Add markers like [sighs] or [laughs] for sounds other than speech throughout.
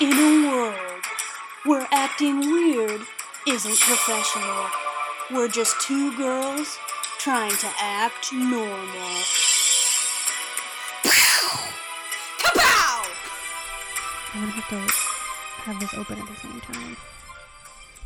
In a world where acting weird isn't professional, we're just two girls trying to act normal. Kapow! I'm gonna have to have this open at the same time.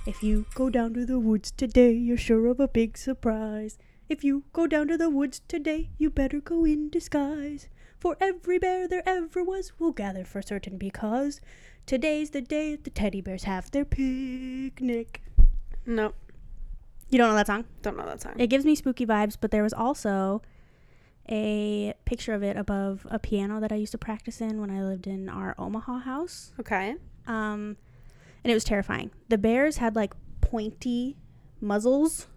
If you go down to the woods today, you're sure of a big surprise. If you go down to the woods today, you better go in disguise. For every bear there ever was will gather for certain because today's the day the teddy bears have their picnic. Nope, You don't know that song? don't know that song. It gives me spooky vibes, but there was also a picture of it above a piano that I used to practice in when I lived in our Omaha house. Okay. Um, and it was terrifying. The bears had like pointy muzzles,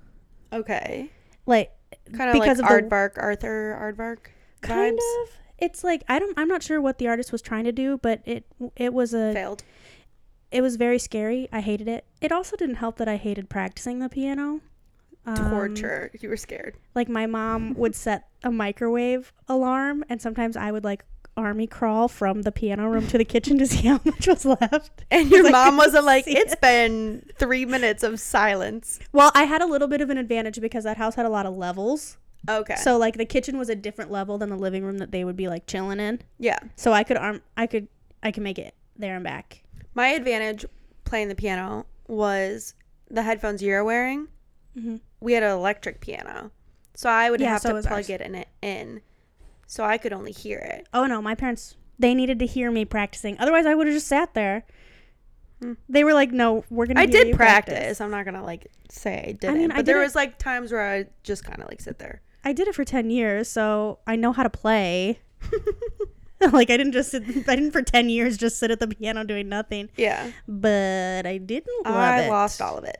Okay. like Kind of like Because of the- Aardvark, Arthur Aardvark kind vibes. of. It's like I don't. I'm not sure what the artist was trying to do, but it it was a Failed. it was very scary. I hated it. It also didn't help that I hated practicing the piano. Um, Torture. You were scared. Like [laughs] my mom would set a microwave alarm, and sometimes I would like army crawl from the piano room to the kitchen to [laughs] see how much was left. [laughs] And your I mom wasn't couldn't like, see It's been three minutes of silence. Well, I had a little bit of an advantage because that house had a lot of levels. Okay. So like the kitchen was a different level than the living room that they would be like chilling in. yeah. So I could arm I could I could make it there and back. My advantage playing the piano was the headphones you're wearing. Mhm. We had an electric piano, so I would Yeah, have so to was plug ours. it in, in, so I could only hear it. Oh no, my parents they needed to hear me practicing. Otherwise I would have just sat there. They were like, "No, we're going to Hmm. I did practice. I'm not gonna like say I didn't, mean, I but there did it- was like times where I just kind of like sit there. I did it for 10 years, so I know how to play. [laughs] like I didn't just sit, [laughs] I didn't for 10 years just sit at the piano doing nothing, Yeah, but I didn't love I it. lost all of it.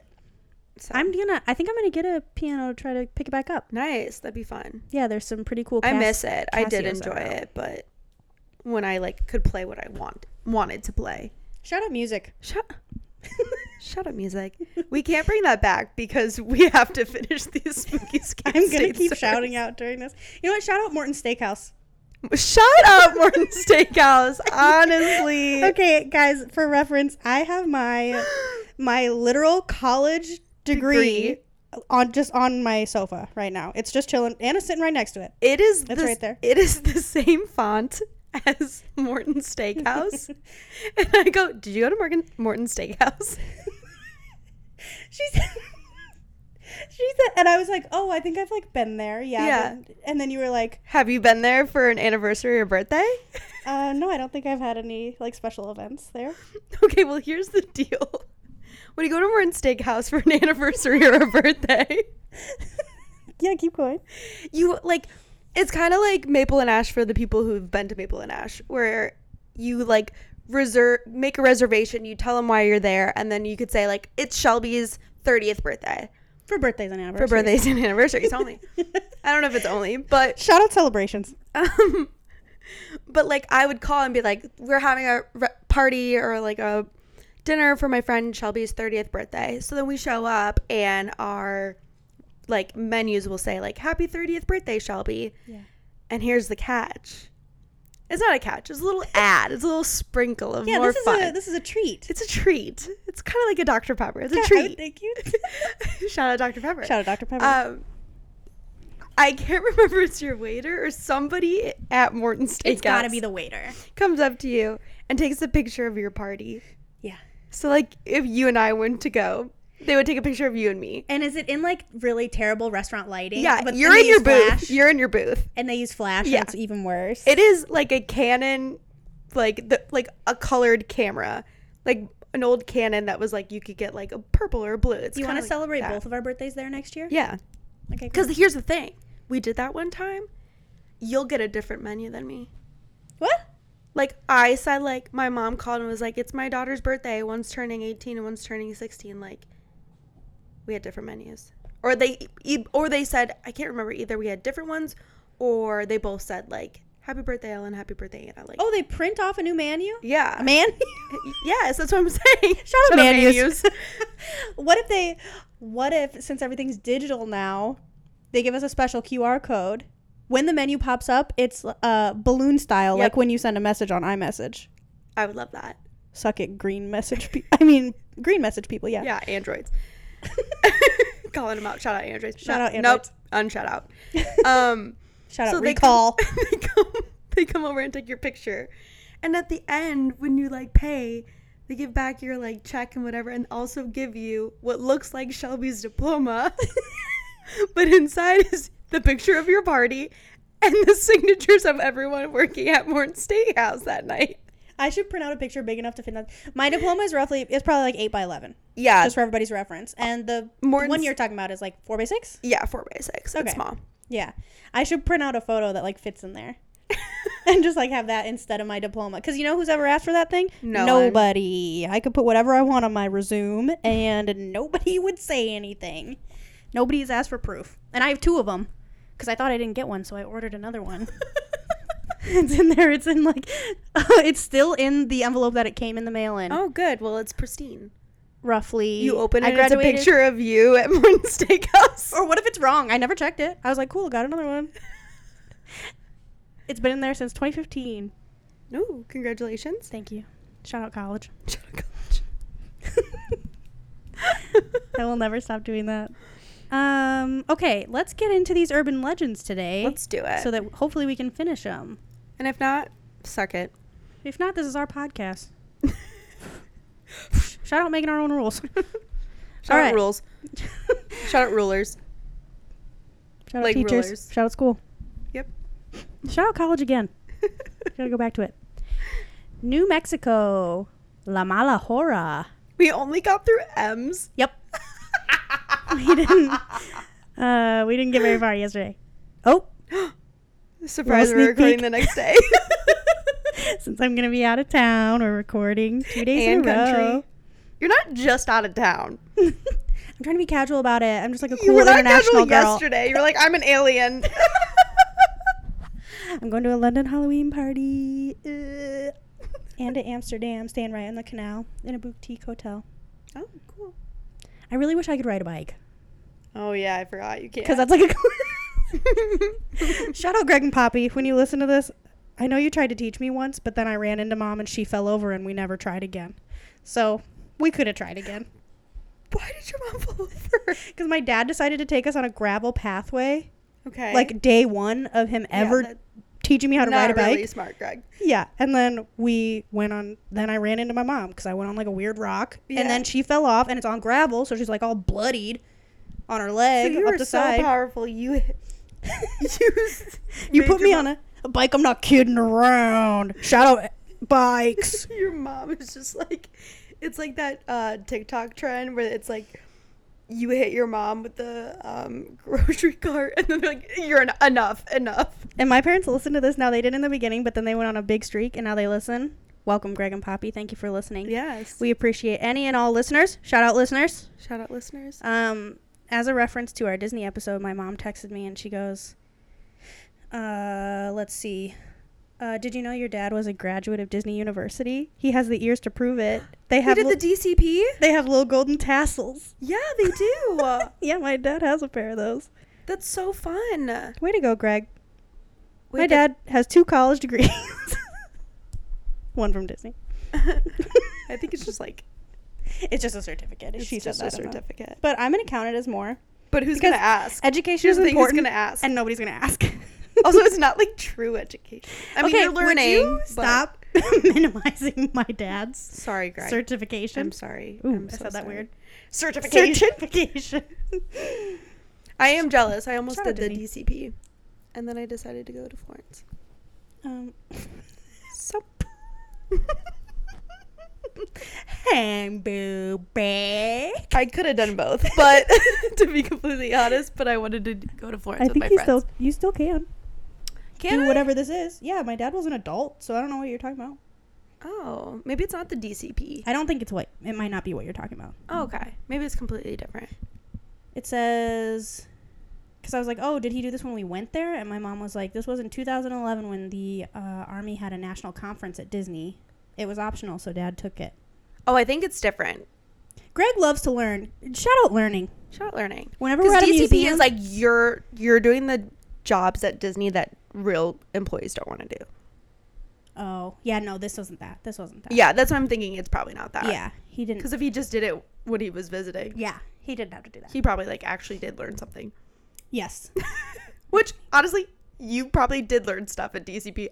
So I'm going to I think I'm going to get a piano to try to pick it back up. nice. That'd be fun. Yeah, there's some pretty cool I cas- miss it. I did Casios that enjoy are out. it, but when I like could play what I want wanted to play. Shout out music. Shut [laughs] Shut up, music. [laughs] We can't bring that back because we have to finish [laughs] these spooky scary I'm gonna state keep stories. shouting out during this. You know what? Shout out Morton Steakhouse. Shut up, Morton [laughs] Steakhouse. Honestly. Okay, guys. For reference, I [gasps] have my my literal college degree, on just on my sofa right now. It's just chilling. Anna's sitting right next to it. It is That's the- right there. It is the same font as Morton Steakhouse. [laughs] and I go, Did you go to Morgan Morton Steakhouse? She said. [laughs] She said, and I was like, "Oh, I think I've like been there, yeah." Yeah. but- and then you were like, Have you been there for an anniversary or birthday? [laughs] uh, "No, I don't think I've had any like special events there." [laughs] Okay, well here's the deal. When you go to Morton Steakhouse for an [laughs] anniversary or a birthday, yeah, keep going. you like it's kind of like maple and ash for the people who've been to maple and ash where you like reserve make a reservation you tell them why you're there and then you could say like it's shelby's 30th birthday For birthdays and for anniversaries. birthdays and anniversaries only i don't know if it's only but Shout out celebrations. um but like i would call and be like we're having a re- party or like a dinner for my friend shelby's 30th birthday so then we show up and our like menus will say like happy 30th birthday shelby Yeah. and here's the catch. It's not a catch. It's a [laughs] little ad. It's a little sprinkle of Yeah, more this is fun. a this is a treat. it's a treat. It's kind of like a Dr. Pepper. It's [laughs] a Yeah, [laughs] I would treat. [laughs] think you. Shout out Dr. Pepper. Shout out Dr. Pepper. Um, I can't [laughs] remember if it's your waiter or somebody at Morton Steakhouse. it's got to be the waiter. comes up to you and takes a picture of your party. Yeah. So like if you and I went to go, they would take a picture of you and me. And is it in like really terrible restaurant lighting? Yeah, But you're then in they your use booth. flash, You're in your booth. and they use flash. Yeah. and it's even worse. It is like a Canon, like the like a colored camera, like an old Canon that was like you could get like a purple or a blue. It's Do you want kinda to like celebrate that. both of our birthdays there next year? Yeah, Okay. Cool. because here's the thing: we did that one time. You'll get a different menu than me. What? Like I said, like my mom called and was like, "It's my daughter's birthday. One's turning 18 and one's turning 16." Like we had different menus, or they e- or they said I can't remember either. We had different ones, or they both said like "Happy birthday, Ellen. Happy birthday, Anna." Like Oh, they print off a new menu. yeah, [laughs] A [laughs] man. Yes, that's what I'm [laughs] saying. Shut, Shout out menus. menus. [laughs] what if they? What if since everything's digital now, they give us a special QR code? When the menu pops up, it's uh, balloon style, Yep. like when you send a message on iMessage. I would love that. suck it green message pe- I mean green message people, yeah. Yeah, androids. [laughs] Calling them out. Shout out androids. Shout out Nope. Unshout out. [laughs] Um, Shout out they recall. Come, [laughs] they come. They come over and take your picture, and at the end, when you like pay, they give back your like check and whatever, and also give you what looks like Shelby's diploma, [laughs] but inside is the picture of your party and the signatures of everyone working at Morton Steakhouse that night. [laughs] I should print out a picture big enough to fit in that. My diploma is roughly it's probably like eight by eleven. Yeah, Just for everybody's reference. And the Morton's- one you're talking about is like four by six? yeah, four by six. Okay. It's small. Yeah. I should print out a photo that like fits [laughs] in there. and just like have that instead of my diploma. Because you know who's ever asked for that thing? No one. nobody. I could put whatever I want on my resume and nobody [laughs] would say anything. Nobody's asked for proof. And I have two of them because I thought I didn't get one, so I ordered [laughs] another one. it's in there. It's in like, [laughs] it's still in the envelope that it came in the mail in. Oh, good. Well, it's pristine. Roughly. You open I it, it's a graduated- picture of you at Morton Steakhouse. Or what if it's wrong? I never checked it. I was like, cool, got another one. it's been in there since 2015. No, congratulations. Thank you. [laughs] Shout out college. [laughs] I will never stop doing that. Um, okay, let's get into these urban legends today. Let's do it. So that hopefully we can finish them. and if not, suck [laughs] it. If not, this is our [laughs] podcast. Shout out making our own [laughs] rules. Shout Alright. out rules. Shout out rulers. Shout out Like teachers. rulers. Shout out school. Yep. Shout out college again. Gotta go back to it. New Mexico, La Mala Hora. [laughs] we only got through M's. Yep. [laughs] we didn't. Uh, we didn't get very far yesterday. Oh, [laughs] Surprise, Little we're sneak recording peek. the next day. since I'm gonna be out of town, we're recording two [laughs] days and in a country. row. [laughs] You're not just out of town. I'm trying to be casual about it. I'm just like a you cool were not casual international girl. yesterday. You're like, I'm an [laughs] alien. I'm going to a London Halloween party uh, [laughs] and to Amsterdam, staying right on the canal in a boutique hotel. oh, cool. I really wish I could ride a bike Oh yeah, I forgot you can't. because that's like a. [laughs] Shout out Greg and Poppy when you listen to this. I know you tried to teach me once, but then I ran into mom and she fell over and we never tried again. So we could have tried again. why did your mom fall over? Because my dad decided to take us on a gravel pathway, Okay, like day one of him Yeah, ever that- teaching me how to not ride a bike. really smart, Greg. Yeah, and then we went on. Then I ran into my mom because I went on like a weird rock, Yeah. and then she fell off, and it's on gravel, so she's like all bloodied on her leg you up were the so side. powerful. You [laughs] used. [laughs] you put me on a, a bike. I'm not kidding around. Shout out eh, bikes. Your mom is just like, it's like that uh, TikTok trend where it's like, you hit your mom with the um, [laughs] grocery cart, and then they're like, "You're en- enough, enough." [laughs] and my parents listen to this now. They did in the beginning, but then they went on a big streak, and now they listen. Welcome, Greg and Poppy. Thank you for listening. Yes. We appreciate any and all listeners. Shout out listeners. Shout out listeners. Um, as a reference to our Disney episode, my mom texted me and she goes, uh, let's see. Uh, did you know your dad was a graduate of Disney University? He has the ears to prove it. They They have did li- the DCP. they have little golden tassels. Yeah, they [laughs] do. yeah, my dad has a pair of those. That's so fun. Way to go, Greg. Wait, my that- dad has two college degrees. [laughs] One from Disney. [laughs] I think it's just like [laughs] It's just a certificate. it's she said just that. a certificate. But I'm gonna count it as more. But who's Because gonna ask? Education Here's is the thing: who's important, gonna ask? and nobody's gonna ask. [laughs] also, it's not like true education. I mean, you're would learning. you but- stop [laughs] minimizing my dad's Sorry, Greg. certification. I'm sorry. Ooh, I'm so I said that sorry. weird. Certification. Certification. [laughs] I am jealous. I almost Shout out did the Disney. DCP, and then I decided to go to Florence. um, So [laughs] hey, boo, back. I could have [laughs] done both, but to be completely honest, but I wanted to go to Florence I with think my you friends. still you still can, Can do I? whatever this is. Yeah, my dad was an adult, so I don't know what you're talking about. Oh, maybe it's not the DCP. I don't think it's what it might not be what you're talking about. Oh, okay, maybe it's completely different. It says because I was like, oh, did he do this when we went there? And my mom was like, this was in 2011 when the uh, army had a national conference at Disney. It was optional, so dad took it. Oh, I think it's different. Greg loves to learn. Shout out learning. Shout out learning. Whenever we're Because at a DCP museum, is like you're you're doing the jobs at Disney that real employees don't want to do. oh Yeah, no, this wasn't that. This wasn't that. Yeah, that's what I'm thinking. It's probably not that. Yeah, he didn't. Because if he just did it when he was visiting, Yeah, he didn't have to do that. he probably like actually did learn something. Yes. Which honestly, you probably did learn stuff at DCP,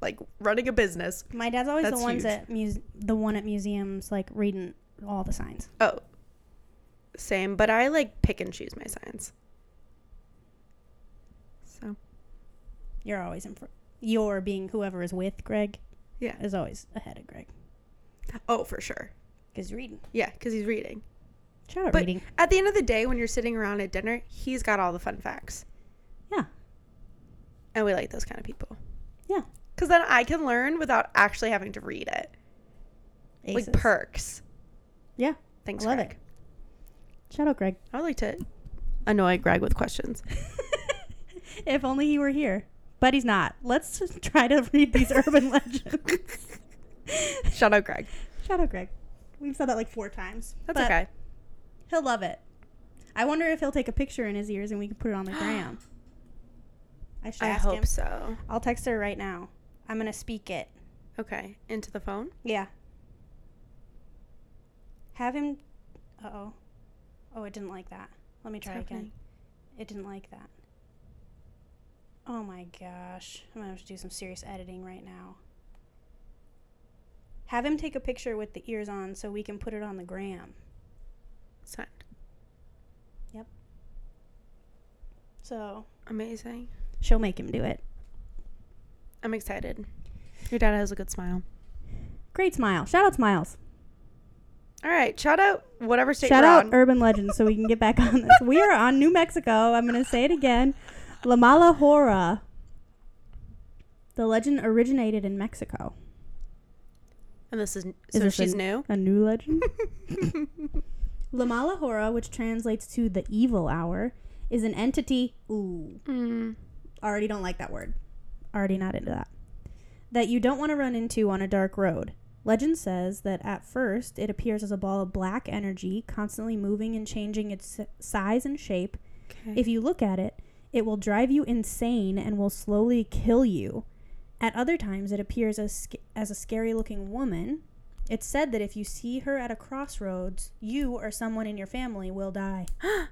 like running a business. My dad's [laughs] always That's the ones huge. at muse- the one at museums like reading all the signs. Oh, same. But I like pick and choose my signs. So You're always in front. You're being whoever is with Greg yeah. is always ahead of Greg Oh, for sure. because reading. Yeah, because he's reading. Shout out But reading. at the end of the day, when you're sitting around at dinner, he's got all the fun facts, Yeah, and we like those kind of people. yeah. Because then I can learn without actually having to read it. Aces. Like perks. Yeah, Thanks, I love Greg. it. Shout out Greg. I would like to annoy Greg with questions. [laughs] if only he were here, but he's not. Let's [laughs] just try to [laughs] read these urban legends. [laughs] Shout out, Greg. Shout out Greg. We've said that like four times. That's but okay. He'll love it. I wonder if he'll take a picture in his ears and we can put it [gasps] on the gram. I should I ask hope him. so. I'll text her right now. I'm gonna speak it. Okay, into the phone. Yeah. Have him. Uh oh. Oh, it didn't like that. Let me try It's again. happening. It didn't like that. Oh my gosh. I'm gonna have to do some serious editing right now. Have him take a picture with the ears on so we can put it on the gram. Send. So Amazing. she'll make him do it. I'm excited. Your dad has a good smile. Great smile. Shout out smiles. All right, shout out whatever state Shout we're out on. urban legends so we can get back on this. We are on New Mexico. I'm going to say it again. La Malahora. The legend originated in Mexico. and this is Is so this she's a- new. A new [laughs] legend? La Malahora, which translates to the evil hour, is an entity. Ooh. Hmm. Already don't like that word. Already not into that. That you don't want to run into on a dark road. Legend says that at first it appears as a ball of black energy, constantly moving and changing its s- size and shape. Okay. If you look at it, it will drive you insane and will slowly kill you. At other times, it appears as, sc- as a scary looking woman. It's said that if you see her at a crossroads, you or someone in your family will die. [gasps]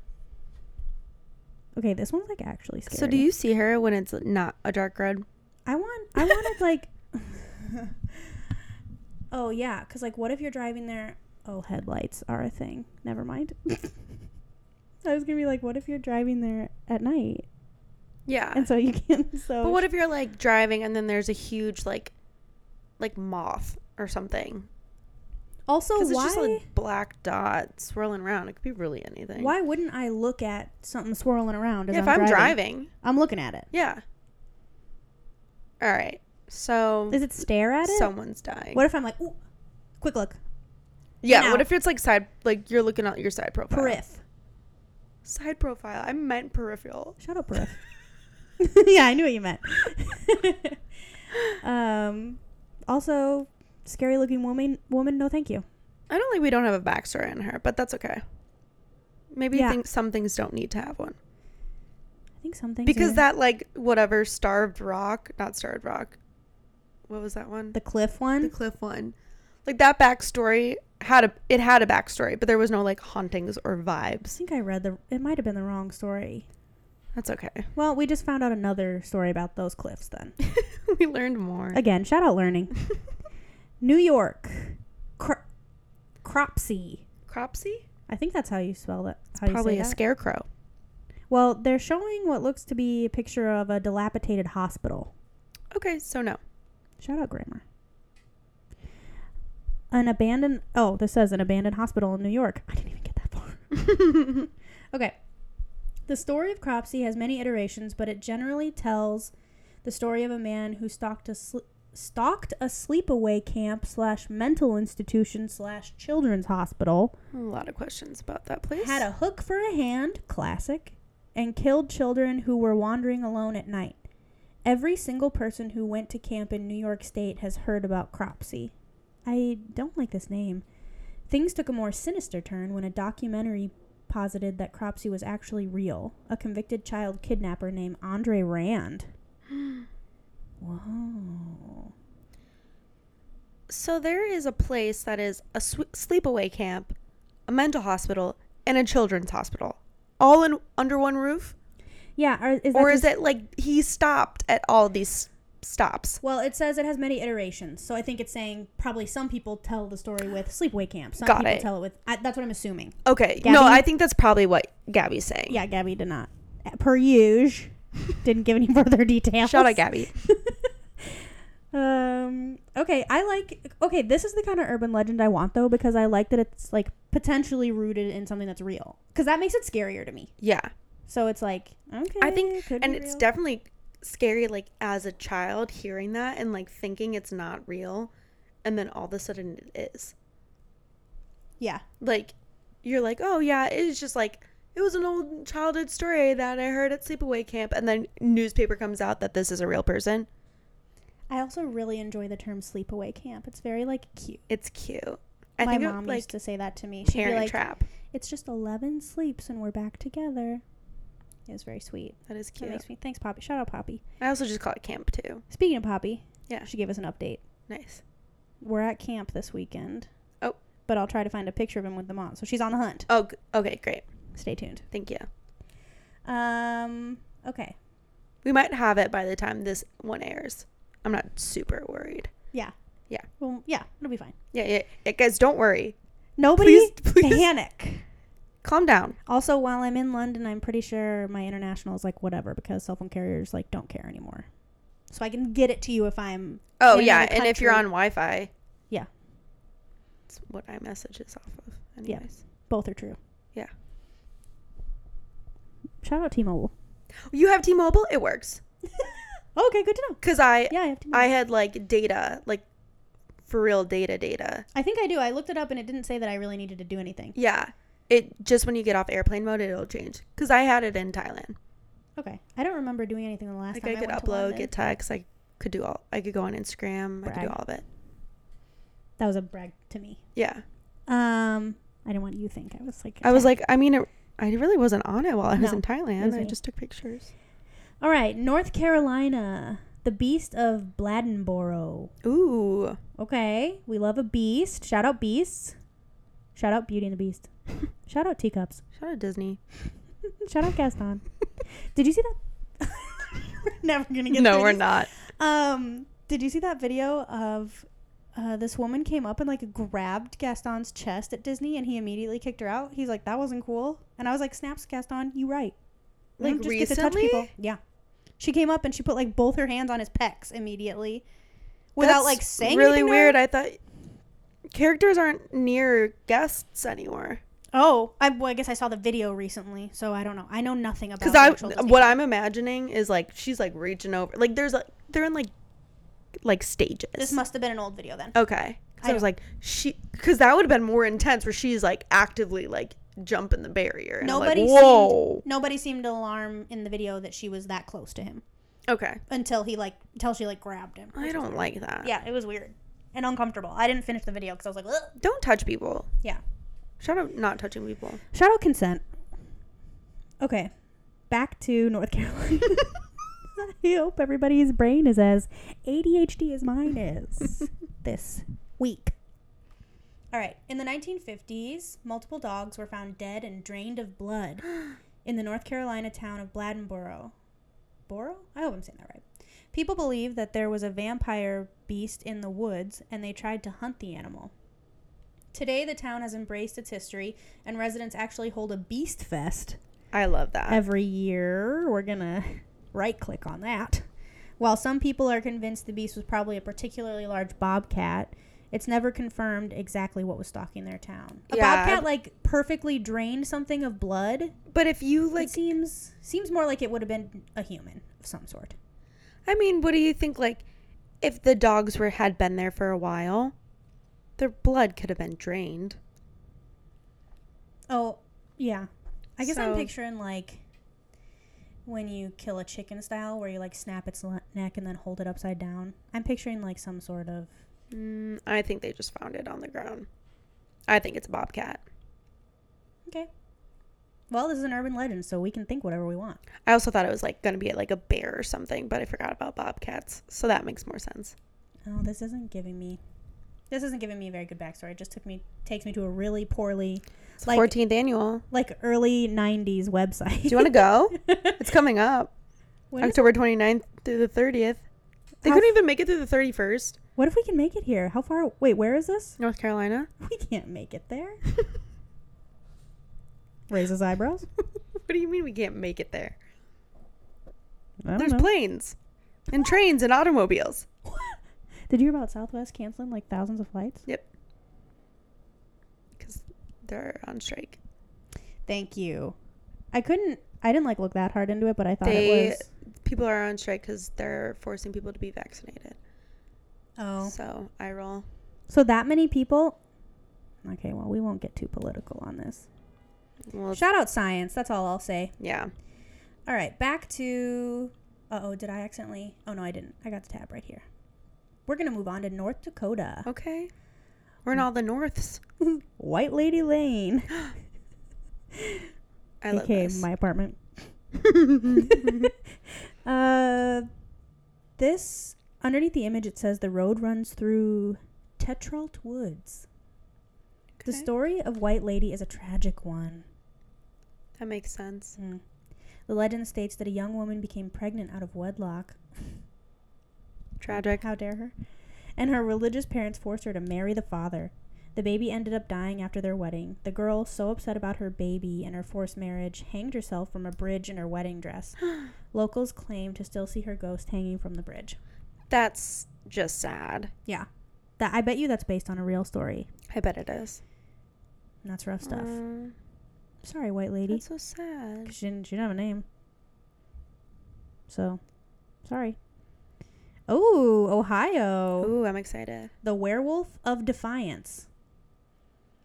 okay, this one's like actually scary. so do you see her when it's not a dark red? I want. I wanted like. [laughs] oh yeah, because like, what if you're driving there? Oh, headlights are a thing. Never mind. [laughs] I was gonna be like, what if you're driving there at night, Yeah. and so you can't. [laughs] So but what if you're like driving and then there's a huge like like moth or something? also Because it's Oh, why? just like black dot swirling around. It could be really anything. why wouldn't I look at something swirling around? As Yeah, if I'm driving. I'm looking at it. Yeah. All right. So Does it stare at it? someone's dying. what if I'm like, ooh, quick look, yeah. now- What if it's like side like you're looking at your side profile? perif. Side profile. I meant peripheral. Shut up, [laughs] perif. [laughs] yeah, I knew what you meant. [laughs] um, also, scary looking woman. Woman, no, thank you. I don't think we don't have a backstory on her, but that's okay. Maybe Yeah. think some things don't need to have one. I think something Because that like whatever starved rock, not starved rock. What was that one? the cliff one. the cliff one. Like that backstory had a it had a backstory, but there was no like hauntings or I vibes. think I read the. It might have been the wrong story. That's okay. [laughs] Well, we just found out another story about those cliffs. Then we learned more. again, shout out learning. New York, Cro- Cropsy. [laughs] Cropsy? I think that's how you spell that. How Probably you a say that. scarecrow. Well, they're showing what looks to be a picture of a dilapidated hospital. Okay, so no. Shout out grammar. An abandoned oh, this says an abandoned hospital in New York. I didn't even get that far. [laughs] okay. The story of Cropsey has many iterations, but it generally tells the story of a man who stalked a sl- stalked a sleepaway camp slash mental institution slash children's hospital, A lot of questions about that place. had a hook for a hand, classic, and killed children who were wandering alone at night. Every single person who went to camp in New York State has heard about Cropsey. I don't like this name. Things took a more sinister turn when a documentary posited that Cropsey was actually real, a convicted child kidnapper named [gasps] Andre Rand. Whoa. So there is a place that is a sw- sleepaway camp, a mental hospital, and a children's hospital, all in under one roof. Yeah, are, is that or is just- it like he stopped at all these stops? Well, it says it has many iterations, so I think it's saying probably some people tell the story with sleepaway camp. Some Got people it. tell it with. I, that's what I'm assuming. Okay, no, Gabby? I think that's probably what Gabby's saying. Yeah, Gabby did not. Per usual, [laughs] didn't give any further details. Shout out [laughs] Gabby. Um. Okay, I like. Okay, this is the kind of urban legend I want though, because I like that it's like potentially rooted in something that's real, because that makes it scarier to me. Yeah, So it's like okay, I think, could and be it's real. definitely scary. Like as a child, hearing that and like thinking it's not real, and then all of a sudden it is. yeah, Like you're like, oh yeah, it's just like it was an old childhood story that I heard at sleepaway camp, and then newspaper comes out that this is a real person. I also really enjoy the term sleepaway camp. It's very like cute. It's cute. I My think mom it, like used to say that to me. She'd be parent like, trap. "It's just eleven sleeps and we're back together." It was very sweet. That is That cute. makes me thanks, Poppy. Shout out, Poppy. I also just call it camp too. Speaking of Poppy, Yeah. she gave us an update. Nice. We're at camp this weekend. Oh. but I'll try to find a picture of him with them on. So she's on the hunt. Oh, g- okay, great. Stay tuned. Thank you. Um. Okay. We might have it by the time this one airs. I'm not super worried. Yeah. Yeah. Well, yeah, it'll be fine. Yeah, yeah, yeah guys, don't worry. Nobody Please- please. panic. Calm down. Also, while I'm in London, I'm pretty sure my international is like whatever because cell phone carriers like don't care anymore. So I can get it to you if I'm. Oh in yeah, another and if you're on country. Wi-Fi, Yeah. it's what I messages off of. Yeah. Anyways, Both are true. Yeah. Shout out T-Mobile. you have T-Mobile, it works. okay, good to know. Cause I Yeah, I have T-Mobile. I had like data, like for real data data. I think I do. I looked it up and it didn't say that I really needed to do anything. Yeah, it just when you get off airplane mode, it'll change. Cause I had it in Thailand. Okay. I don't remember doing anything the last Like time I could went to upload, London. get texts. I could do all. I could go on Instagram. I could Brag. do all of it. That was a brag to me. Yeah, Um, I didn't want you to think I was like. I was like, I mean, it, I really wasn't on it while I was No, in it was Thailand. I me. just took pictures. all right, North Carolina, the Beast of Bladenboro. Ooh, Okay, we love a beast. Shout out beasts. Shout out Beauty and the Beast. [laughs] Shout out teacups. shout out Disney. Shout out [laughs] Gaston. Did you see that? [laughs] we're never gonna get. No, through we're this. not. Um, did you see that video of uh, this woman came up and like grabbed Gaston's chest at Disney and he immediately kicked her out? He's like, that wasn't cool. And I was like, snaps, Gaston, you right. Like, Like, just get to touch recently? people. Yeah. She came up and she put like both her hands on his pecs immediately without That's like saying really anything to her. weird. I thought characters aren't near guests anymore. Oh, I, well, I guess I saw the video recently, so I don't know. I know nothing about Because the I, actual Disney what I'm imagining is like she's like reaching over. Like there's like they're in like like stages. This must have been an old video then. okay. 'Cause I I, was like she because that would have been more intense where she's like actively like jumping the barrier. And I'm like, Nobody Whoa. seemed nobody seemed alarmed in the video that she was that close to him okay. until he like until she like grabbed him. I don't like that. Yeah, it was weird and uncomfortable. I didn't finish the video because I was like, Ugh. Don't touch people. yeah. Shout out not touching people. Shout out consent. Okay, back to North [laughs] Carolina. I hope everybody's brain is as ADHD as mine [laughs] is this week. All right. In the 1950s, multiple dogs were found dead and drained of [gasps] blood in the North Carolina town of Bladenboro. Boro? I hope I'm saying that right. People believed that there was a vampire beast in the woods and they tried to hunt the animal. Today, the town has embraced its history, and residents actually hold a beast fest I love that. every year. We're gonna right click on that. While some people are convinced the beast was probably a particularly large bobcat, it's never confirmed exactly what was stalking their town. A Yeah. bobcat like perfectly drained something of blood. but if you Like like, seems seems more like it would have been a human of some sort. I mean, what do you think? Like, if the dogs were had been there for a while, their blood could have been drained. Oh, yeah. I guess I'm So- picturing like when you kill a chicken style, where you like snap its le- neck and then hold it upside down. I'm picturing like some sort of Mm, I think they just found it on the ground. I think it's a bobcat. okay. Well, this is an urban legend, so we can think whatever we want. I also thought it was like gonna be like a bear or something, but I forgot about bobcats, so that makes more sense. Oh, this isn't giving me This isn't giving me a very good backstory. It just took me takes me to a really poorly It's like 14th annual. like early '90s website. Do you [laughs] want to go? it's coming up. When is- October 29th through the 30th. They How couldn't even make it through the 31st. what if we can make it here? How far? Wait, where is this? [laughs] North Carolina. We can't make it there. Raises eyebrows. [laughs] What do you mean we can't make it there? I don't There's know. planes and trains and automobiles. Did you hear about Southwest canceling like thousands of flights? Yep. Because they're on strike. Thank you. I couldn't. I didn't like look that hard into it, but I thought They- it was. People are on strike because they're forcing people to be vaccinated. Oh. So I roll. So that many people. Okay, well, we won't get too political on this. Well, Shout out science. That's all I'll say. yeah. All right, back to. Uh oh, did I accidentally? Oh no, I didn't. I got the tab right here. We're gonna move on to North Dakota. Okay. We're in all the norths. White Lady Lane. I love aka this. [laughs] my apartment. [laughs] uh, this underneath the image it says the road runs through Tetralt Woods. The Okay. story of White Lady is a tragic one. that makes sense. The legend states that a young woman became pregnant out of wedlock. Tragic. How dare her? And her religious parents forced her to marry the father. The baby ended up dying after their wedding. The girl, so upset about her baby and her forced marriage, hanged herself from a bridge in her [gasps] wedding dress. Locals claim to still see her ghost hanging from the bridge. That's just sad. Yeah. That I bet you that's based on a real story. I bet it is. And that's rough stuff. Aw, Sorry, white lady. Mm. that's so sad. 'Cause She didn't, she didn't have a name. So, sorry. Oh, Ohio. Ooh, I'm excited. The Werewolf of Defiance.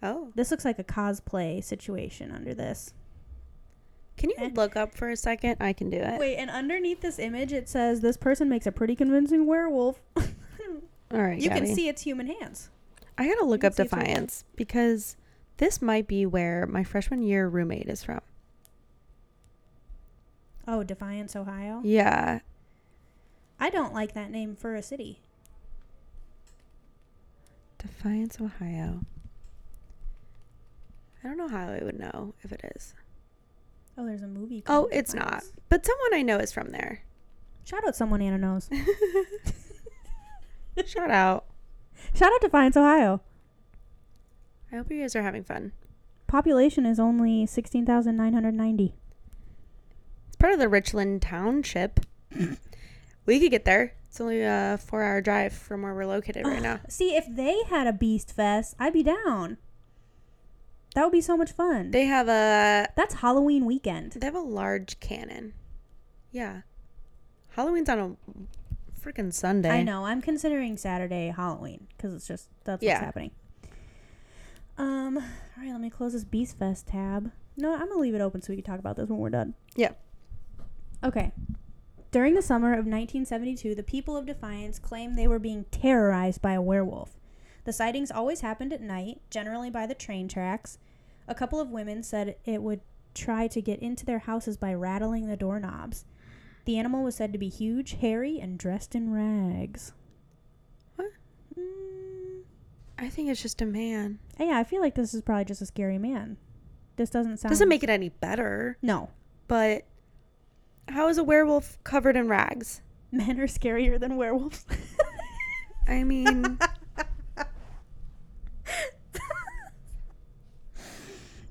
Oh, This looks like a cosplay situation under this. can you Eh. look up for a second? I can do it. Wait, and underneath this image, it says this person makes a pretty convincing werewolf. [laughs] All right, you can Gabby. see its human hands. I gotta look can up see it's right there. Defiance because this might be where my freshman year roommate is from. Oh, Defiance, Ohio. Yeah, I don't like that name for a city. Defiance, Ohio. I don't know how I would know if it is, Oh, there's a movie. Oh, called it's Defiance. but someone I know is from [laughs] there. Shout out someone Anna knows. [laughs] Shout out. Shout out Defiance, Ohio. I hope you guys are having fun. Population is only sixteen thousand nine hundred ninety. It's part of the Richland [laughs] Township. we could get there. It's only a four-hour drive from where we're located right [sighs] now. See, if they had a Beast Fest, I'd be down. That would be so much fun. They have a That's Halloween weekend. They have a large cannon. Yeah. Halloween's on a freaking Sunday. I know. I'm considering Saturday Halloween because it's just that's Yeah. what's happening. Um. All right. Let me close this Beast Fest tab. No, I'm gonna leave it open so we can talk about this when we're done. Yeah. Okay. During the summer of 1972, the people of Defiance claimed they were being terrorized by a werewolf. The sightings always happened at night, generally by the train tracks. A couple of women said it would try to get into their houses by rattling the doorknobs. The animal was said to be huge, hairy, and dressed in rags. What? Mm, I think it's just a man. yeah, I feel like this is probably just a scary man. This doesn't sound. Doesn't make it any better, No. [laughs] but how is a werewolf covered in rags? Men are scarier than werewolves. I [laughs] mean,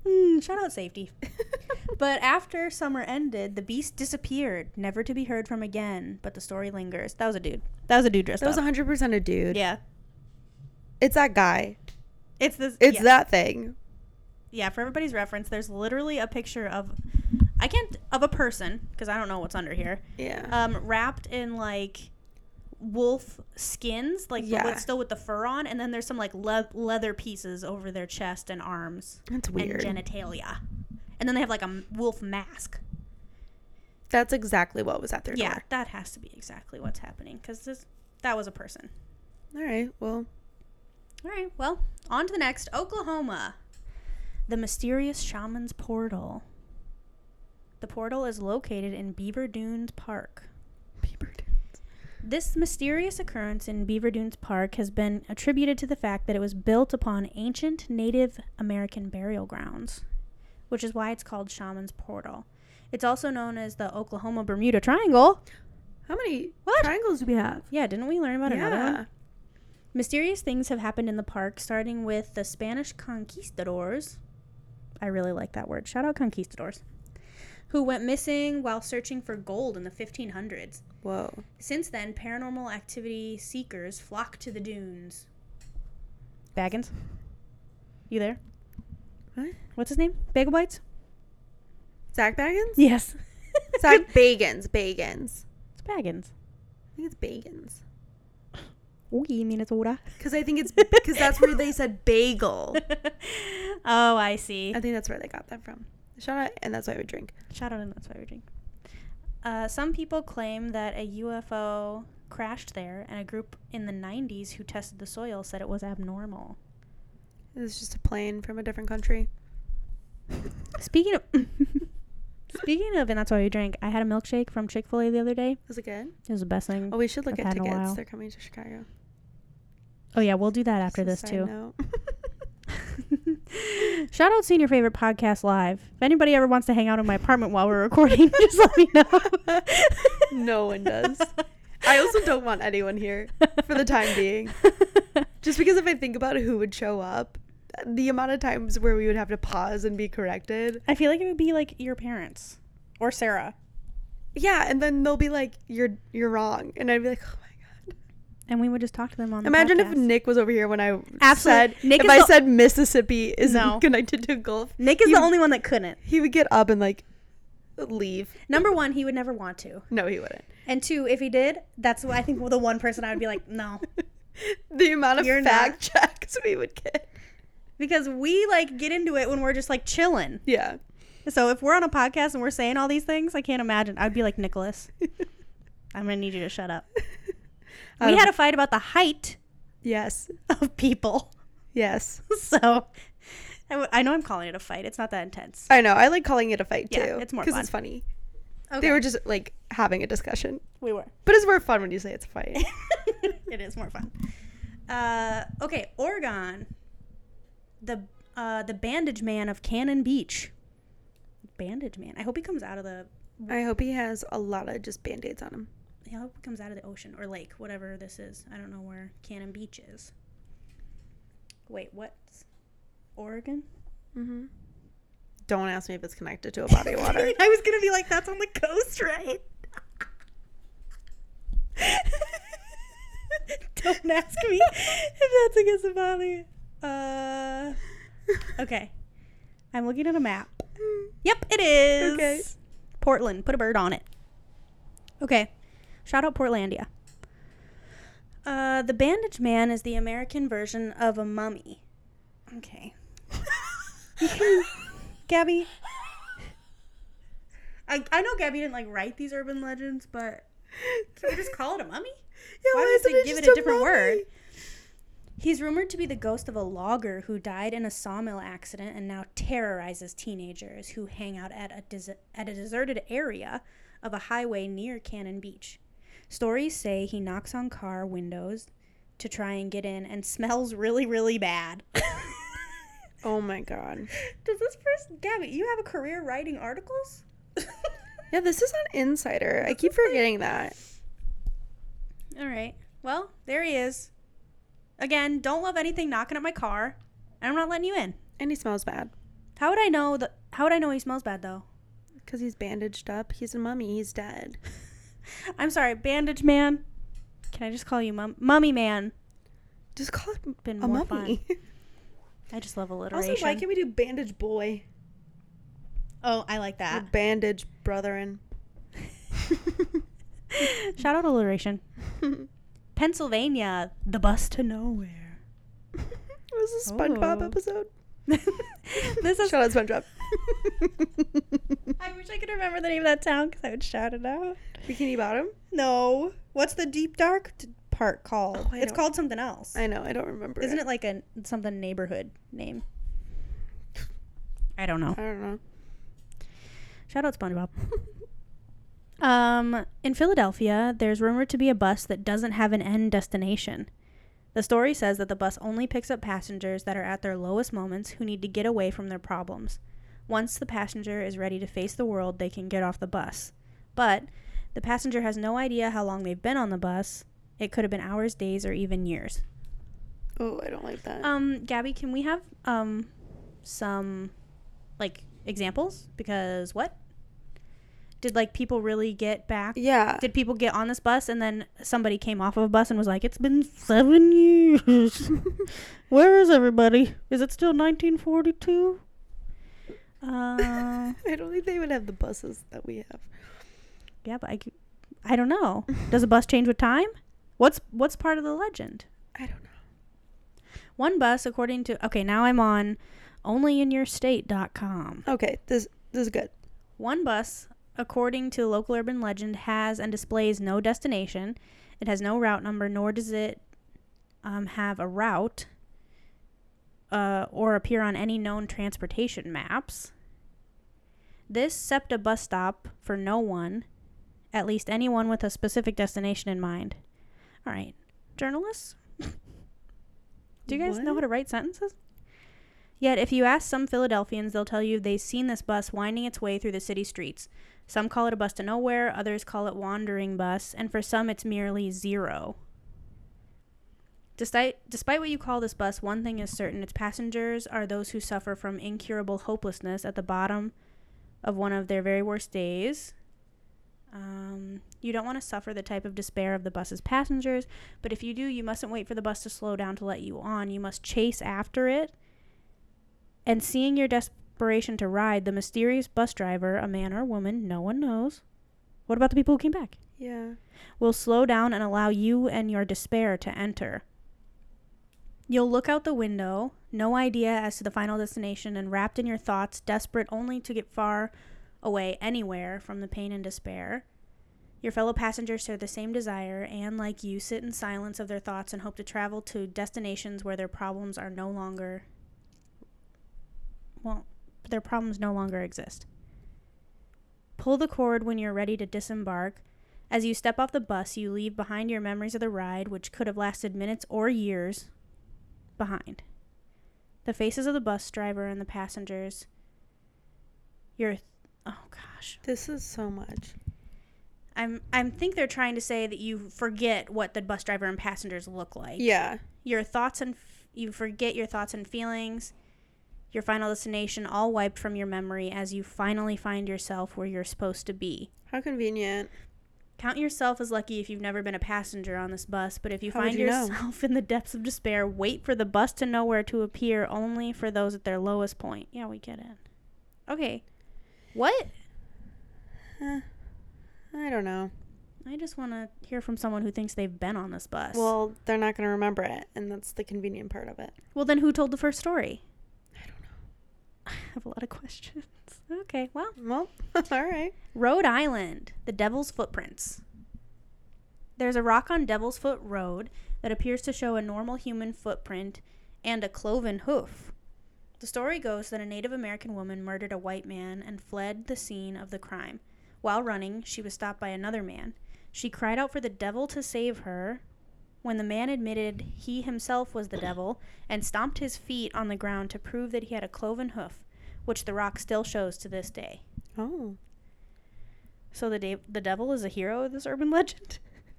Mm, shout out safety. [laughs] but after summer ended, the beast disappeared, never to be heard from again. But the story lingers. That was a dude. That was a dude dressed that was up. 100% a dude. yeah, It's that guy. it's this. It's yeah. that thing. Yeah, for everybody's reference, there's literally a picture of, I can't of a person because I don't know what's under here. Yeah. Um, wrapped in like wolf skins, like but Yeah. with, still with the fur on, and then there's some like le- leather pieces over their chest and arms That's weird. and genitalia, and then they have like a m- wolf mask. That's exactly what was at their Yeah, door. that has to be exactly what's happening because this that was a person. All right. Well, All right, well, on to the next Oklahoma. The mysterious shaman's portal. The portal is located in Beaver Dunes Park. Beaver This mysterious occurrence in Beaver Dunes Park has been attributed to the fact that it was built upon ancient Native American burial grounds, which is why it's called Shaman's Portal. It's also known as the Oklahoma Bermuda Triangle. How many What? triangles do we have? Yeah, didn't we learn about another one? Mysterious things have happened in the park, starting with the Spanish conquistadors. I really like that word. Shout out conquistadors. Who went missing while searching for gold in the 1500s. Whoa. Since then, paranormal activity seekers flock to the dunes. Baggins? You there? What? What's his name? Bagel Bites? Zach Baggins? [laughs] Yes. [laughs] Zach Bagans. Bagans. It's Baggins. I think it's Bagans. Ooh, Minnesota. Because I think it's because that's where they said bagel. [laughs] oh, I see. I think that's where they got that from. Shout out, and that's why I would drink. Shout out and that's why we drink. Uh, some people claim that a UFO crashed there, and a group in the 90s who tested the soil said it was abnormal. It's just a plane from a different country. Speaking of. [laughs] Speaking of, and that's why we drank. I had a milkshake from Chick Fil A the other day. Is it good? It was the best thing. Oh, we should look I've at had in a tickets. while. They're coming to Chicago. Oh yeah, we'll do that after Just this a side too. note. [laughs] Shout out seeing your favorite podcast live. If anybody ever wants to hang out in my apartment while we're recording, [laughs] just let me know. No one does. I also don't want anyone here for the time [laughs] being. Just because if I think about who would show up, the amount of times where we would have to pause and be corrected. I feel like it would be like your parents or Sarah. Yeah, and then they'll be like, "You're you're wrong," and I'd be like, "Oh my god!" and we would just talk to them on the Imagine if podcast. Nick was over here when I said Absolutely. Nick if is I the- said Mississippi is [laughs] No. connected to Gulf. Nick is he the would- only one that couldn't. He would get up and like leave. Number one, he would never want to, No, he wouldn't. [laughs] and two, if he did, that's what I think the one person I would be like, no, The amount of You're fact checks we would get. because we like get into it when we're just like chilling. Yeah. So if we're on a podcast and we're saying all these things, I can't imagine. I'd be [laughs] like Nicholas. I'm gonna need you to shut up. I We don't- had a fight about the height Um, yes. of people, [laughs] Yes. so I, w- I know I'm calling it a fight. It's not that intense. I know. I like calling it a fight too. Yeah, it's more because fun. it's funny. Okay. They were just like having a discussion, we were. but it's more fun when you say it's a fight. it is more fun. Uh, okay, Oregon. The uh, the bandage man of Cannon Beach. Bandage man. I hope he comes out of the I hope he has a lot of just band aids on him. I hope he comes out of the ocean or lake, whatever this is. I don't know where Cannon Beach is. Wait, what's Oregon? [laughs] Don't ask me if it's connected to a body of [laughs] water. I was gonna be like, that's on the coast, right? [laughs] Don't ask me [laughs] if that's against the body. Uh, okay, I'm looking at a map. Yep, it is. Okay. Portland. Put a bird on it. Okay. Shout out Portlandia. Uh, the bandage man is the American version of a mummy. [laughs] Okay. Gabby. I, I know Gabby didn't like write these urban legends, but can we just call it a mummy? Yeah, Why does isn't it give it just a different mummy? word? He's rumored to be the ghost of a logger who died in a sawmill accident and now terrorizes teenagers who hang out at a des- at a deserted area of a highway near Cannon Beach. Stories say he knocks on car windows to try and get in and [laughs] smells really really bad. [laughs] Oh my god. Does this person, Gabby, you have a career writing articles? [laughs] Yeah, this is on Insider. I keep forgetting that. All right. Well, there he is. Again, don't love anything knocking at my car, and I'm not letting you in. And he smells bad How would I know the? How would I know he smells bad though? because he's bandaged up. He's a mummy. He's dead. I'm sorry, bandage man. Can I just call you mum, mummy man? Just call it Been a more mummy. [laughs] I just love alliteration. also, why can't we do bandage boy? oh, I like Or that. bandage brethren. [laughs] [laughs] Shout out alliteration. Pennsylvania, the bus to nowhere. [laughs] It was a SpongeBob Oh. episode. this is. Shout out SpongeBob. [laughs] [laughs] I wish I could remember the name of that town because I would shout it out. Bikini Bottom? No. What's the deep dark t- part called? Oh, I it's don't- called something else. I know. I don't remember. Isn't it like a something neighborhood name? I don't know. I don't know. Shout out SpongeBob. [laughs] Um, in Philadelphia, there's rumored to be a bus that doesn't have an end destination. The story says that the bus only picks up passengers that are at their lowest moments who need to get away from their problems. Once the passenger is ready to face the world, they can get off the bus. But the passenger has no idea how long they've been on the bus. It could have been hours, days, or even years. Oh, I don't like that. Um, Gabby, can we have um some like examples? Because what? Did like people really get back? yeah. Did people get on this bus and then somebody came off of a bus and was like, It's been [laughs] seven years. [laughs] Where is everybody? Is it still nineteen forty two? [laughs] Uh I don't think they would have the buses that we have. yeah, but I, c- I don't know. Does a bus change with time? What's what's part of the legend? I don't know. One bus, according to okay, now I'm on onlyinyourstate.com. Okay, this this is good. One bus, according to local urban legend, has and displays no destination. It has no route number, nor does it um, have a route uh, or appear on any known transportation maps. This SEPTA bus stop for no one, at least anyone with a specific destination in mind. All right, journalists? [laughs] Do you guys know how to write sentences? Yet, if you ask some Philadelphians, they'll tell you they've seen this bus winding its way through the city streets. Some call it a bus to nowhere, others call it wandering bus, and for some, it's merely zero. Despite, despite what you call this bus, one thing is certain its passengers are those who suffer from incurable hopelessness at the bottom of one of their very worst days. Um, you don't want to suffer the type of despair of the bus's passengers, but if you do, you mustn't wait for the bus to slow down to let you on. You must chase after it and seeing your desperation to ride, the mysterious bus driver, a man or woman, no one knows. What about the people who came back? Yeah. will slow down and allow you and your despair to enter. You'll look out the window, no idea as to the final destination, and wrapped in your thoughts, desperate only to get far away anywhere from the pain and despair. Your fellow passengers share the same desire and, like you, sit in silence of their thoughts and hope to travel to destinations where their problems are no longer. Well, their problems no longer exist. Pull the cord when you're ready to disembark, as you step off the bus, you leave behind your memories of the ride, which could have lasted minutes or years, behind. The faces of the bus driver and the passengers. Your, oh gosh, This is so much. I'm I'm think they're trying to say that you forget what the bus driver and passengers look like. Yeah. Your thoughts and f- you forget your thoughts and feelings. Your final destination all wiped from your memory as you finally find yourself where you're supposed to be. How convenient. Count yourself as lucky if you've never been a passenger on this bus, but if you How would find you know? yourself [laughs] in the depths of despair, wait for the bus to nowhere to appear only for those at their lowest point. Yeah, we get it. Okay. What? I don't know. I just want to hear from someone who thinks they've been on this bus. Well, they're not going to remember it, and that's the convenient part of it. well then who told the first story? I don't know. [laughs] I have a lot of questions. [laughs] Okay, well. Well, [laughs] all right. Rhode Island, the Devil's Footprints. There's a rock on Devil's Foot Road that appears to show a normal human footprint and a cloven hoof. The story goes that a Native American woman murdered a white man and fled the scene of the crime. While running, she was stopped by another man. She cried out for the devil to save her. When the man admitted he himself was the devil and stomped his feet on the ground to prove that he had a cloven hoof, which the rock still shows to this day. Oh. So the de- the devil is a hero of this urban [laughs] legend.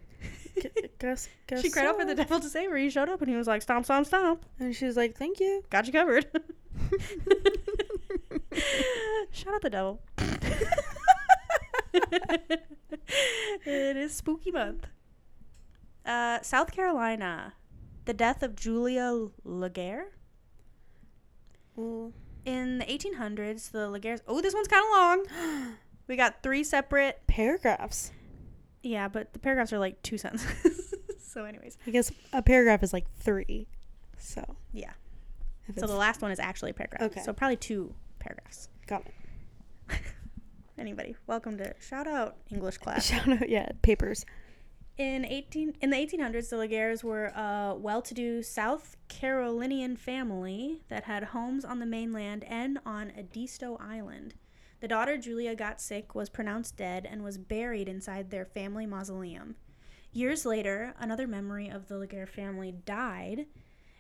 [laughs] Gu- guess, guess she cried out for the so. devil to save her. He showed up and he was like, "Stomp, stomp, stomp! And she was like, thank [laughs] you. Got you covered." [laughs] Shout out the devil. it is spooky month. Uh, South Carolina, the death of Julia Laguerre. [gasps] Well, In the 1800s, the Laguerres. Oh, this one's kind of long. We got three separate. paragraphs. Yeah, but the paragraphs are like two sentences. [laughs] so, anyways, I guess a paragraph is like three. So, yeah. if So it's the last one is actually a paragraph. Okay. So probably two paragraphs. [laughs] got it. Anybody, welcome to shout out English [laughs] class. Shout out, yeah, papers. In eighteen in the eighteen hundreds, the Laguerres were a well-to-do South Carolinian family that had homes on the mainland and on Edisto Island. The daughter Julia got sick, was pronounced dead, and was buried inside their family mausoleum. Years later, another memory of the Laguerre family died,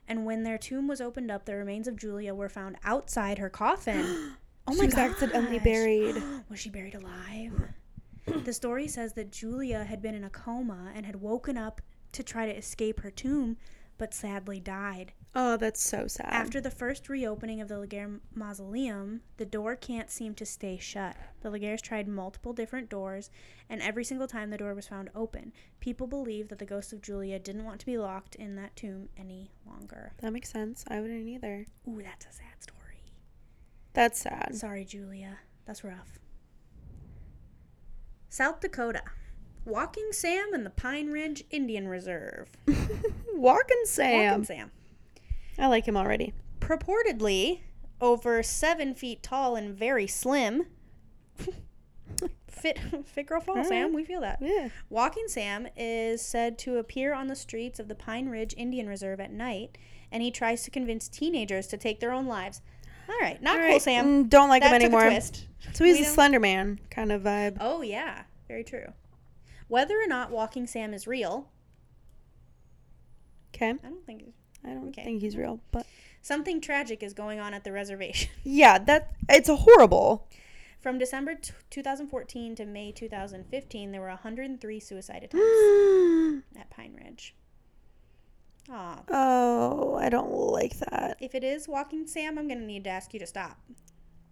and when their tomb was opened up, the remains of Julia were found outside her coffin. [gasps] Oh my god. accidentally buried. was she buried alive? the story says that Julia had been in a coma and had woken up to try to escape her tomb, but sadly died. Oh, that's so sad. After the first reopening of the Laguerre mausoleum, the door can't seem to stay shut. The Laguerres tried multiple different doors, and every single time the door was found open. People believe that the ghost of Julia didn't want to be locked in that tomb any longer. that makes sense. I wouldn't either. Ooh, that's a sad story. That's sad. Sorry, Julia. That's rough. South Dakota. Walking Sam and the Pine Ridge Indian Reserve. Walking Sam. Walking Sam. I like him already. purportedly over seven feet tall and very slim. [laughs] fit, fit girl fall, Sam. We feel that. Yeah. Walking Sam is said to appear on the streets of the Pine Ridge Indian Reserve at night, and he tries to convince teenagers to take their own lives. All right, not All cool, right, Sam. mm, Don't like That him took a anymore. twist. So he's We a don't- Slender Man kind of vibe. Oh yeah, very true. Whether or not Walking Sam is real, Okay. I don't think it's- I don't Okay. think he's real, but something tragic is going on at the reservation. [laughs] yeah, that it's a [gasps] horrible. From December t- 2014 to May 2015, there were 103 [gasps] suicide attempts at Pine Ridge. Aw, Oh, I don't like that. if it is Walking Sam, I'm going to need to ask you to stop.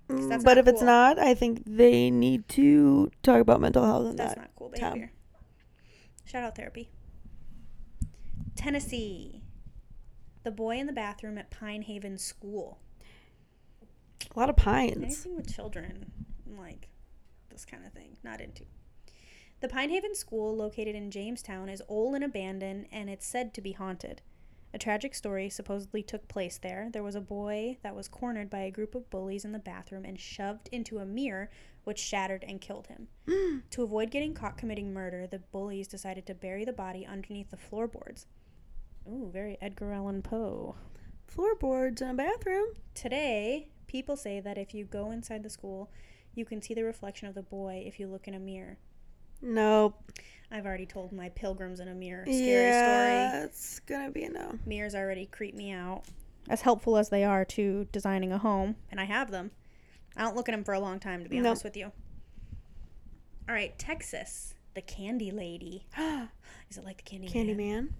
'Cause that's Mm, But not if it's cool. not, I think they need to talk about mental health and That's that. not cool Tom. behavior. Shout out therapy. Tennessee. The boy in the bathroom at Pine Haven School. A lot of pines. Anything with children, like this kind of thing, not into. The Pinehaven School, located in Jamestown, is old and abandoned, and it's said to be haunted. A tragic story supposedly took place there. There was a boy that was cornered by a group of bullies in the bathroom and shoved into a mirror, which shattered and killed him. to avoid getting caught committing murder, the bullies decided to bury the body underneath the floorboards. Ooh, very Edgar Allan Poe. Floorboards in a bathroom. Today, people say that if you go inside the school, you can see the reflection of the boy if you look in a mirror. Nope. I've already told my pilgrims in a mirror scary yeah, story. it's gonna be a no. [gasps] Mirrors already creep me out. As helpful as they are to designing a home, and I have them, I don't look at them for a long time, to be No. honest with you. All right, Texas, the Candy Lady. Is it like the Candy Man?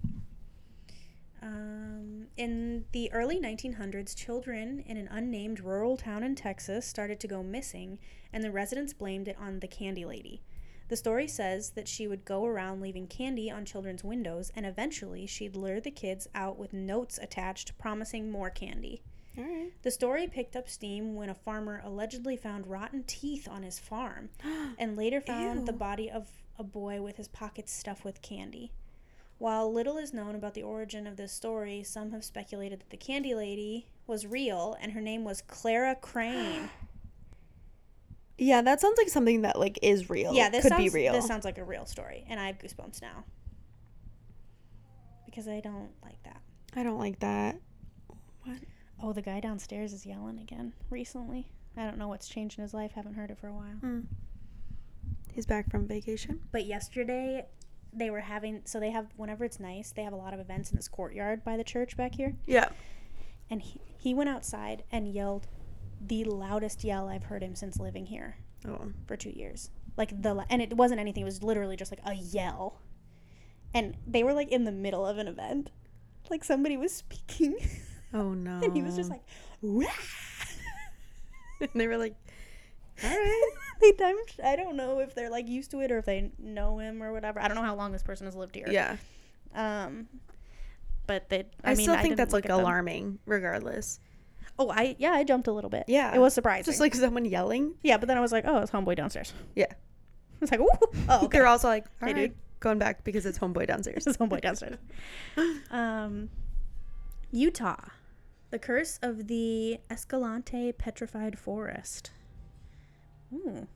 Candyman. Um, in the early 1900s, children in an unnamed rural town in Texas started to go missing, and the residents blamed it on the candy lady. The story says that she would go around leaving candy on children's windows, and eventually she'd lure the kids out with notes attached promising more candy. All right. The story picked up steam when a farmer allegedly found rotten teeth on his farm and later found the Ew. body of a boy with his pockets stuffed with candy. While little is known about the origin of this story, some have speculated that the candy lady was real and her name was Clara [gasps] Crane. [gasps] Yeah, that sounds like something that like is real. yeah, this could sounds be real. this sounds like a real story and I have goosebumps now. Because I don't like that. I don't like that. Oh, the guy downstairs is yelling again recently. I don't know what's changed in his life. Haven't heard it for a while. He's back from vacation. But yesterday, they were having so they have whenever it's nice, they have a lot of events in this courtyard by the church back here. Yeah. And he, he went outside and yelled the loudest yell I've heard him since living here Oh. for two years. Like the la- and it wasn't anything. It was literally just like a yell. And they were like in the middle of an event, like somebody was speaking, [laughs] Oh no. and [laughs] he was just like, "Wah!" [laughs] they were [laughs] like, All right. [laughs] they, I'm, I don't know if they're like used to it or if they know him or whatever. I don't know how long this person has lived here. yeah. Um, but that I, I, mean, still think didn't that's look like at them. alarming, regardless. Oh, I yeah, I jumped a little bit. Yeah. it was surprising. Just like someone yelling. yeah, but then I was like, oh, it's homeboy downstairs. [laughs] Yeah. [laughs] It's like, Ooh. oh, okay, They're also like, all Hey, right, dude. going back because it's homeboy [laughs] downstairs. it's homeboy downstairs. um, Utah, the curse of the Escalante petrified forest. Ooh.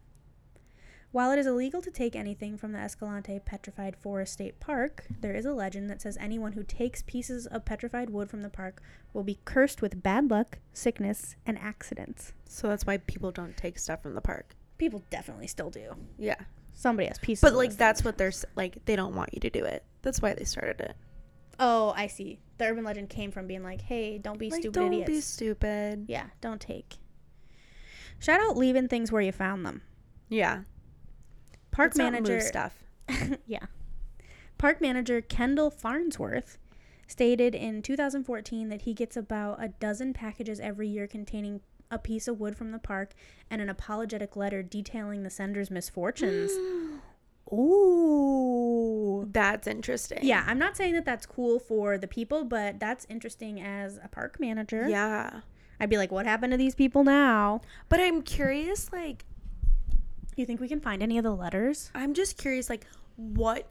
While it is illegal to take anything from the Escalante Petrified Forest State Park, there is a legend that says anyone who takes pieces of petrified wood from the park will be cursed with bad luck, sickness, and accidents. so that's why people don't take stuff from the park. People definitely still do. Yeah. Somebody has pieces. But of like us. that's what they're s- like they don't want you to do it. That's why they started it. oh, I see. The urban legend came from being like, hey, don't be like stupid don't idiots. be stupid. yeah, don't take. Shout out leaving things where you found them. [laughs] Yeah. Park Let's not move manager stuff. yeah. Park manager Kendall Farnsworth stated in 2014 that he gets about a dozen packages every year containing a piece of wood from the park and an apologetic letter detailing the [gasps] sender's misfortunes. Ooh. That's interesting. Yeah, I'm not saying that that's cool for the people, but that's interesting as a park manager. Yeah. I'd be like, what happened to these people now? But I'm curious like You think we can find any of the letters? I'm just curious like what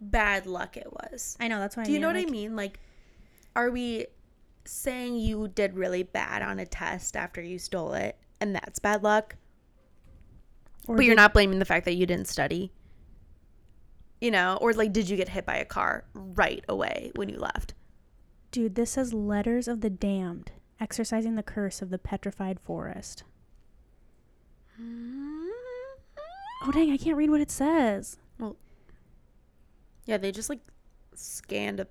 bad luck it was. I know, that's why Do you know what like, I mean? Like, are we saying you did really bad on a test after you stole it and that's bad luck? Or but you're did- not blaming the fact that you didn't study. You know, or like, did you get hit by a car right away when you left? Dude, this says Letters of the Damned, exercising the curse of the petrified forest. Oh, dang, I can't read what it says. Yeah, they just like scanned a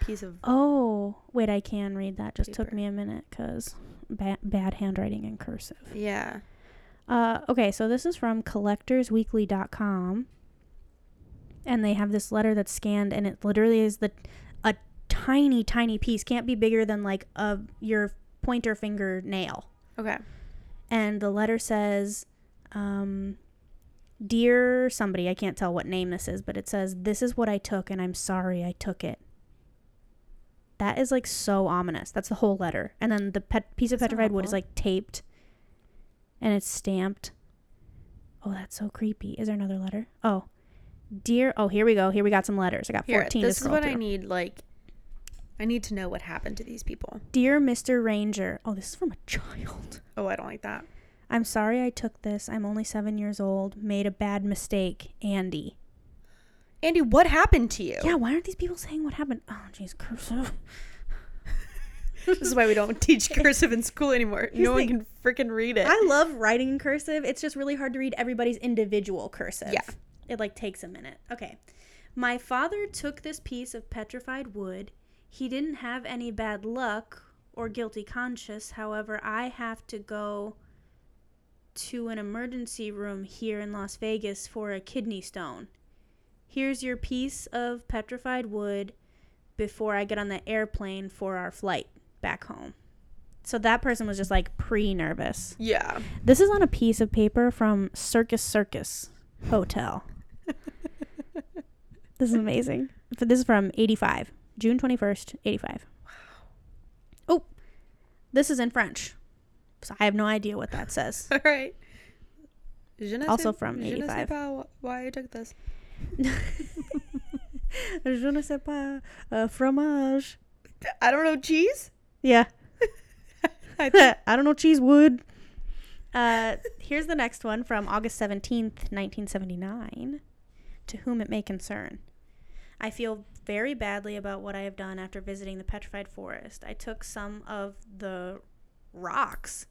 piece of. Oh, wait, I can read that. Just took Paper. me a minute because ba- bad handwriting and cursive. Yeah. Uh, okay, so this is from collectorsweekly.com. And they have this letter that's scanned, and it literally is the a tiny, tiny piece. Can't be bigger than like a your pointer finger nail. Okay. and the letter says, um, "Dear somebody, I can't tell what name this is, but it says this is what I took, and I'm sorry I took it." That is like so ominous. That's the whole letter, and then the pet- piece of That's not petrified wood is helpful. like taped, and it's stamped. Oh, that's so creepy. Is there another letter? Oh, dear. Oh, here we go. Here we got some letters. I got Here, fourteen. this to is scroll what I through. need. Like, I need to know what happened to these people. Dear Mr. Ranger. Oh, this is from a [laughs] child. Oh, I don't like that. I'm sorry I took this. I'm only seven years old. Made a bad mistake. Andy. Andy, what happened to you? Yeah, why aren't these people saying what happened? Oh, jeez, [laughs] cursive. This is why we [laughs] don't teach cursive in school anymore. no one can freaking read it. I love writing in cursive. It's just really hard to read everybody's individual cursive. Yeah. It like takes a minute. Okay. My father took this piece of petrified wood. He didn't have any bad luck or guilty conscience. However, I have to go to an emergency room here in Las Vegas for a kidney stone. Here's your piece of petrified wood before I get on the airplane for our flight back home. So that person was just like pre nervous. [laughs] yeah. This is on a piece of paper from Circus Circus Hotel. this is amazing. F- This is from 85, June 21st, 85. Oh, this is in French. So I have no idea what that says. All right. Je ne Also sais- from je ne sais 85. pas wh- why I took [laughs] this. Je ne sais pas. Uh, fromage. I don't know cheese. Yeah. I I don't know cheese wood. Uh, here's the next one from August 17th, 1979. To whom it may concern. I feel very badly about what I have done after visiting the Petrified Forest. I took some of the rocks.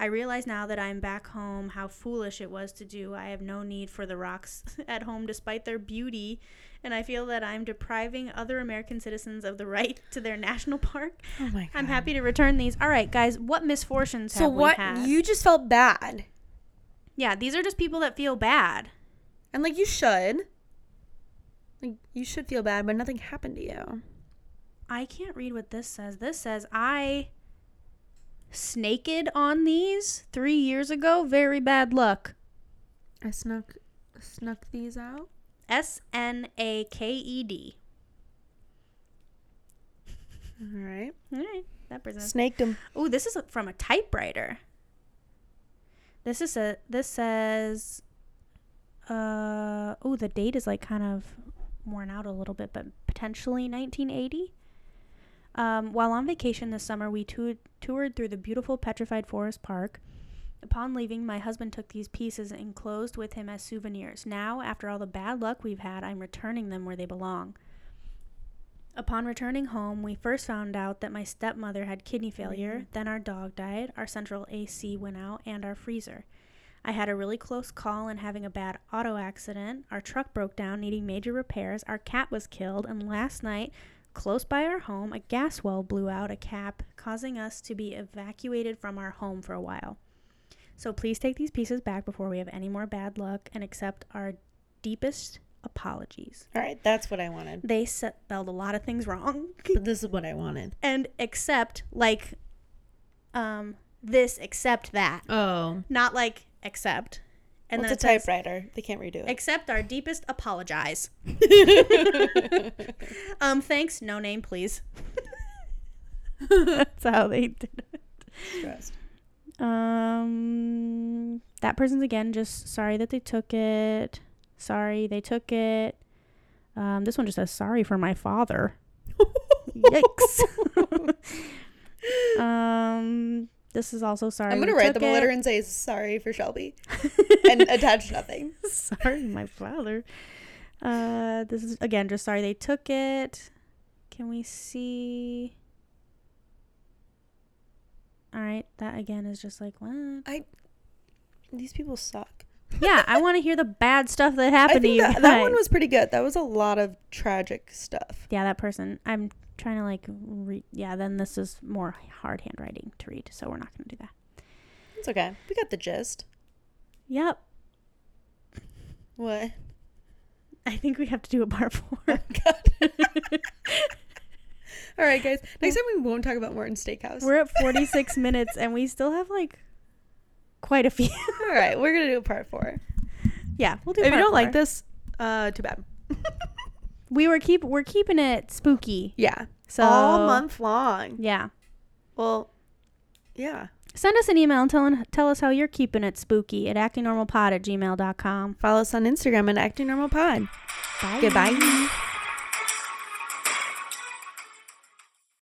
I realize now that I'm back home how foolish it was to do. I have no need for the rocks [laughs] at home despite their beauty, and I feel that I'm depriving other American citizens of the right to their national [laughs] park Oh my I'm happy to return these. All right, guys, what misfortunes So have what? we had? You just felt bad, yeah, these are just people that feel bad. and like you should. Like you should feel bad, but nothing happened to you. I can't read what this says. This says I snaked on these three years ago. Very bad luck. I snuck snuck these out. S N A K E D. All right. All right, that person. Snaked them. Oh, this is from a typewriter. This is a. This says. Uh oh, the date is like kind of worn out a little bit, but potentially 1980. Um, while on vacation this summer, we tou- toured through the beautiful Petrified Forest Park. Upon leaving, my husband took these pieces and closed with him as souvenirs. Now, after all the bad luck we've had, I'm returning them where they belong. Upon returning home, we first found out that my stepmother had kidney failure, then our dog died, our central AC went out, and our freezer. I had a really close call and having a bad auto accident. Our truck broke down, needing major repairs. Our cat was killed. And last night, close by our home, a gas well blew out a cap, causing us to be evacuated from our home for a while. So please take these pieces back before we have any more bad luck and accept our deepest apologies. All right, that's what I wanted. They spelled a lot of things [laughs] wrong. But this is what I wanted. and accept like um this accept that Oh, not like accept and It's a it says, typewriter. They can't redo it. accept our deepest apologize um thanks no name please that's how they did it stressed. um that person's again just sorry that they took it sorry they took it um this one just says sorry for my father Yikes. [laughs] um, this is also sorry. I'm gonna we write took them a it. letter and say sorry for Shelby, and attach nothing. [laughs] sorry, my father. Uh, this is again just sorry they took it. Can we see? All right, that again is just like what? These people suck. Yeah, I want to hear the bad stuff that happened I think to you. that, that one guys. was pretty good. That was a lot of tragic stuff. Yeah, that person. I'm trying to like read. Yeah, then this is more hard handwriting to read, so we're not gonna do that. It's okay. We got the gist. Yep. [laughs] What? I think we have to do a [laughs] part four. All right, guys. Next time we won't talk about Morton's Steakhouse. [laughs] We're at 46 minutes and we still have like quite a few. All right, we're gonna do a part four. yeah, we'll do. If you part don't like four. this, uh, too [laughs] bad. we were keep we're keeping it spooky. Yeah, So All month long. Yeah, Well, yeah. send us an email and tell tell us how you're keeping it spooky at actingnormalpod at gmail.com. Follow us on Instagram at Acting Normal Pod. Bye. Goodbye.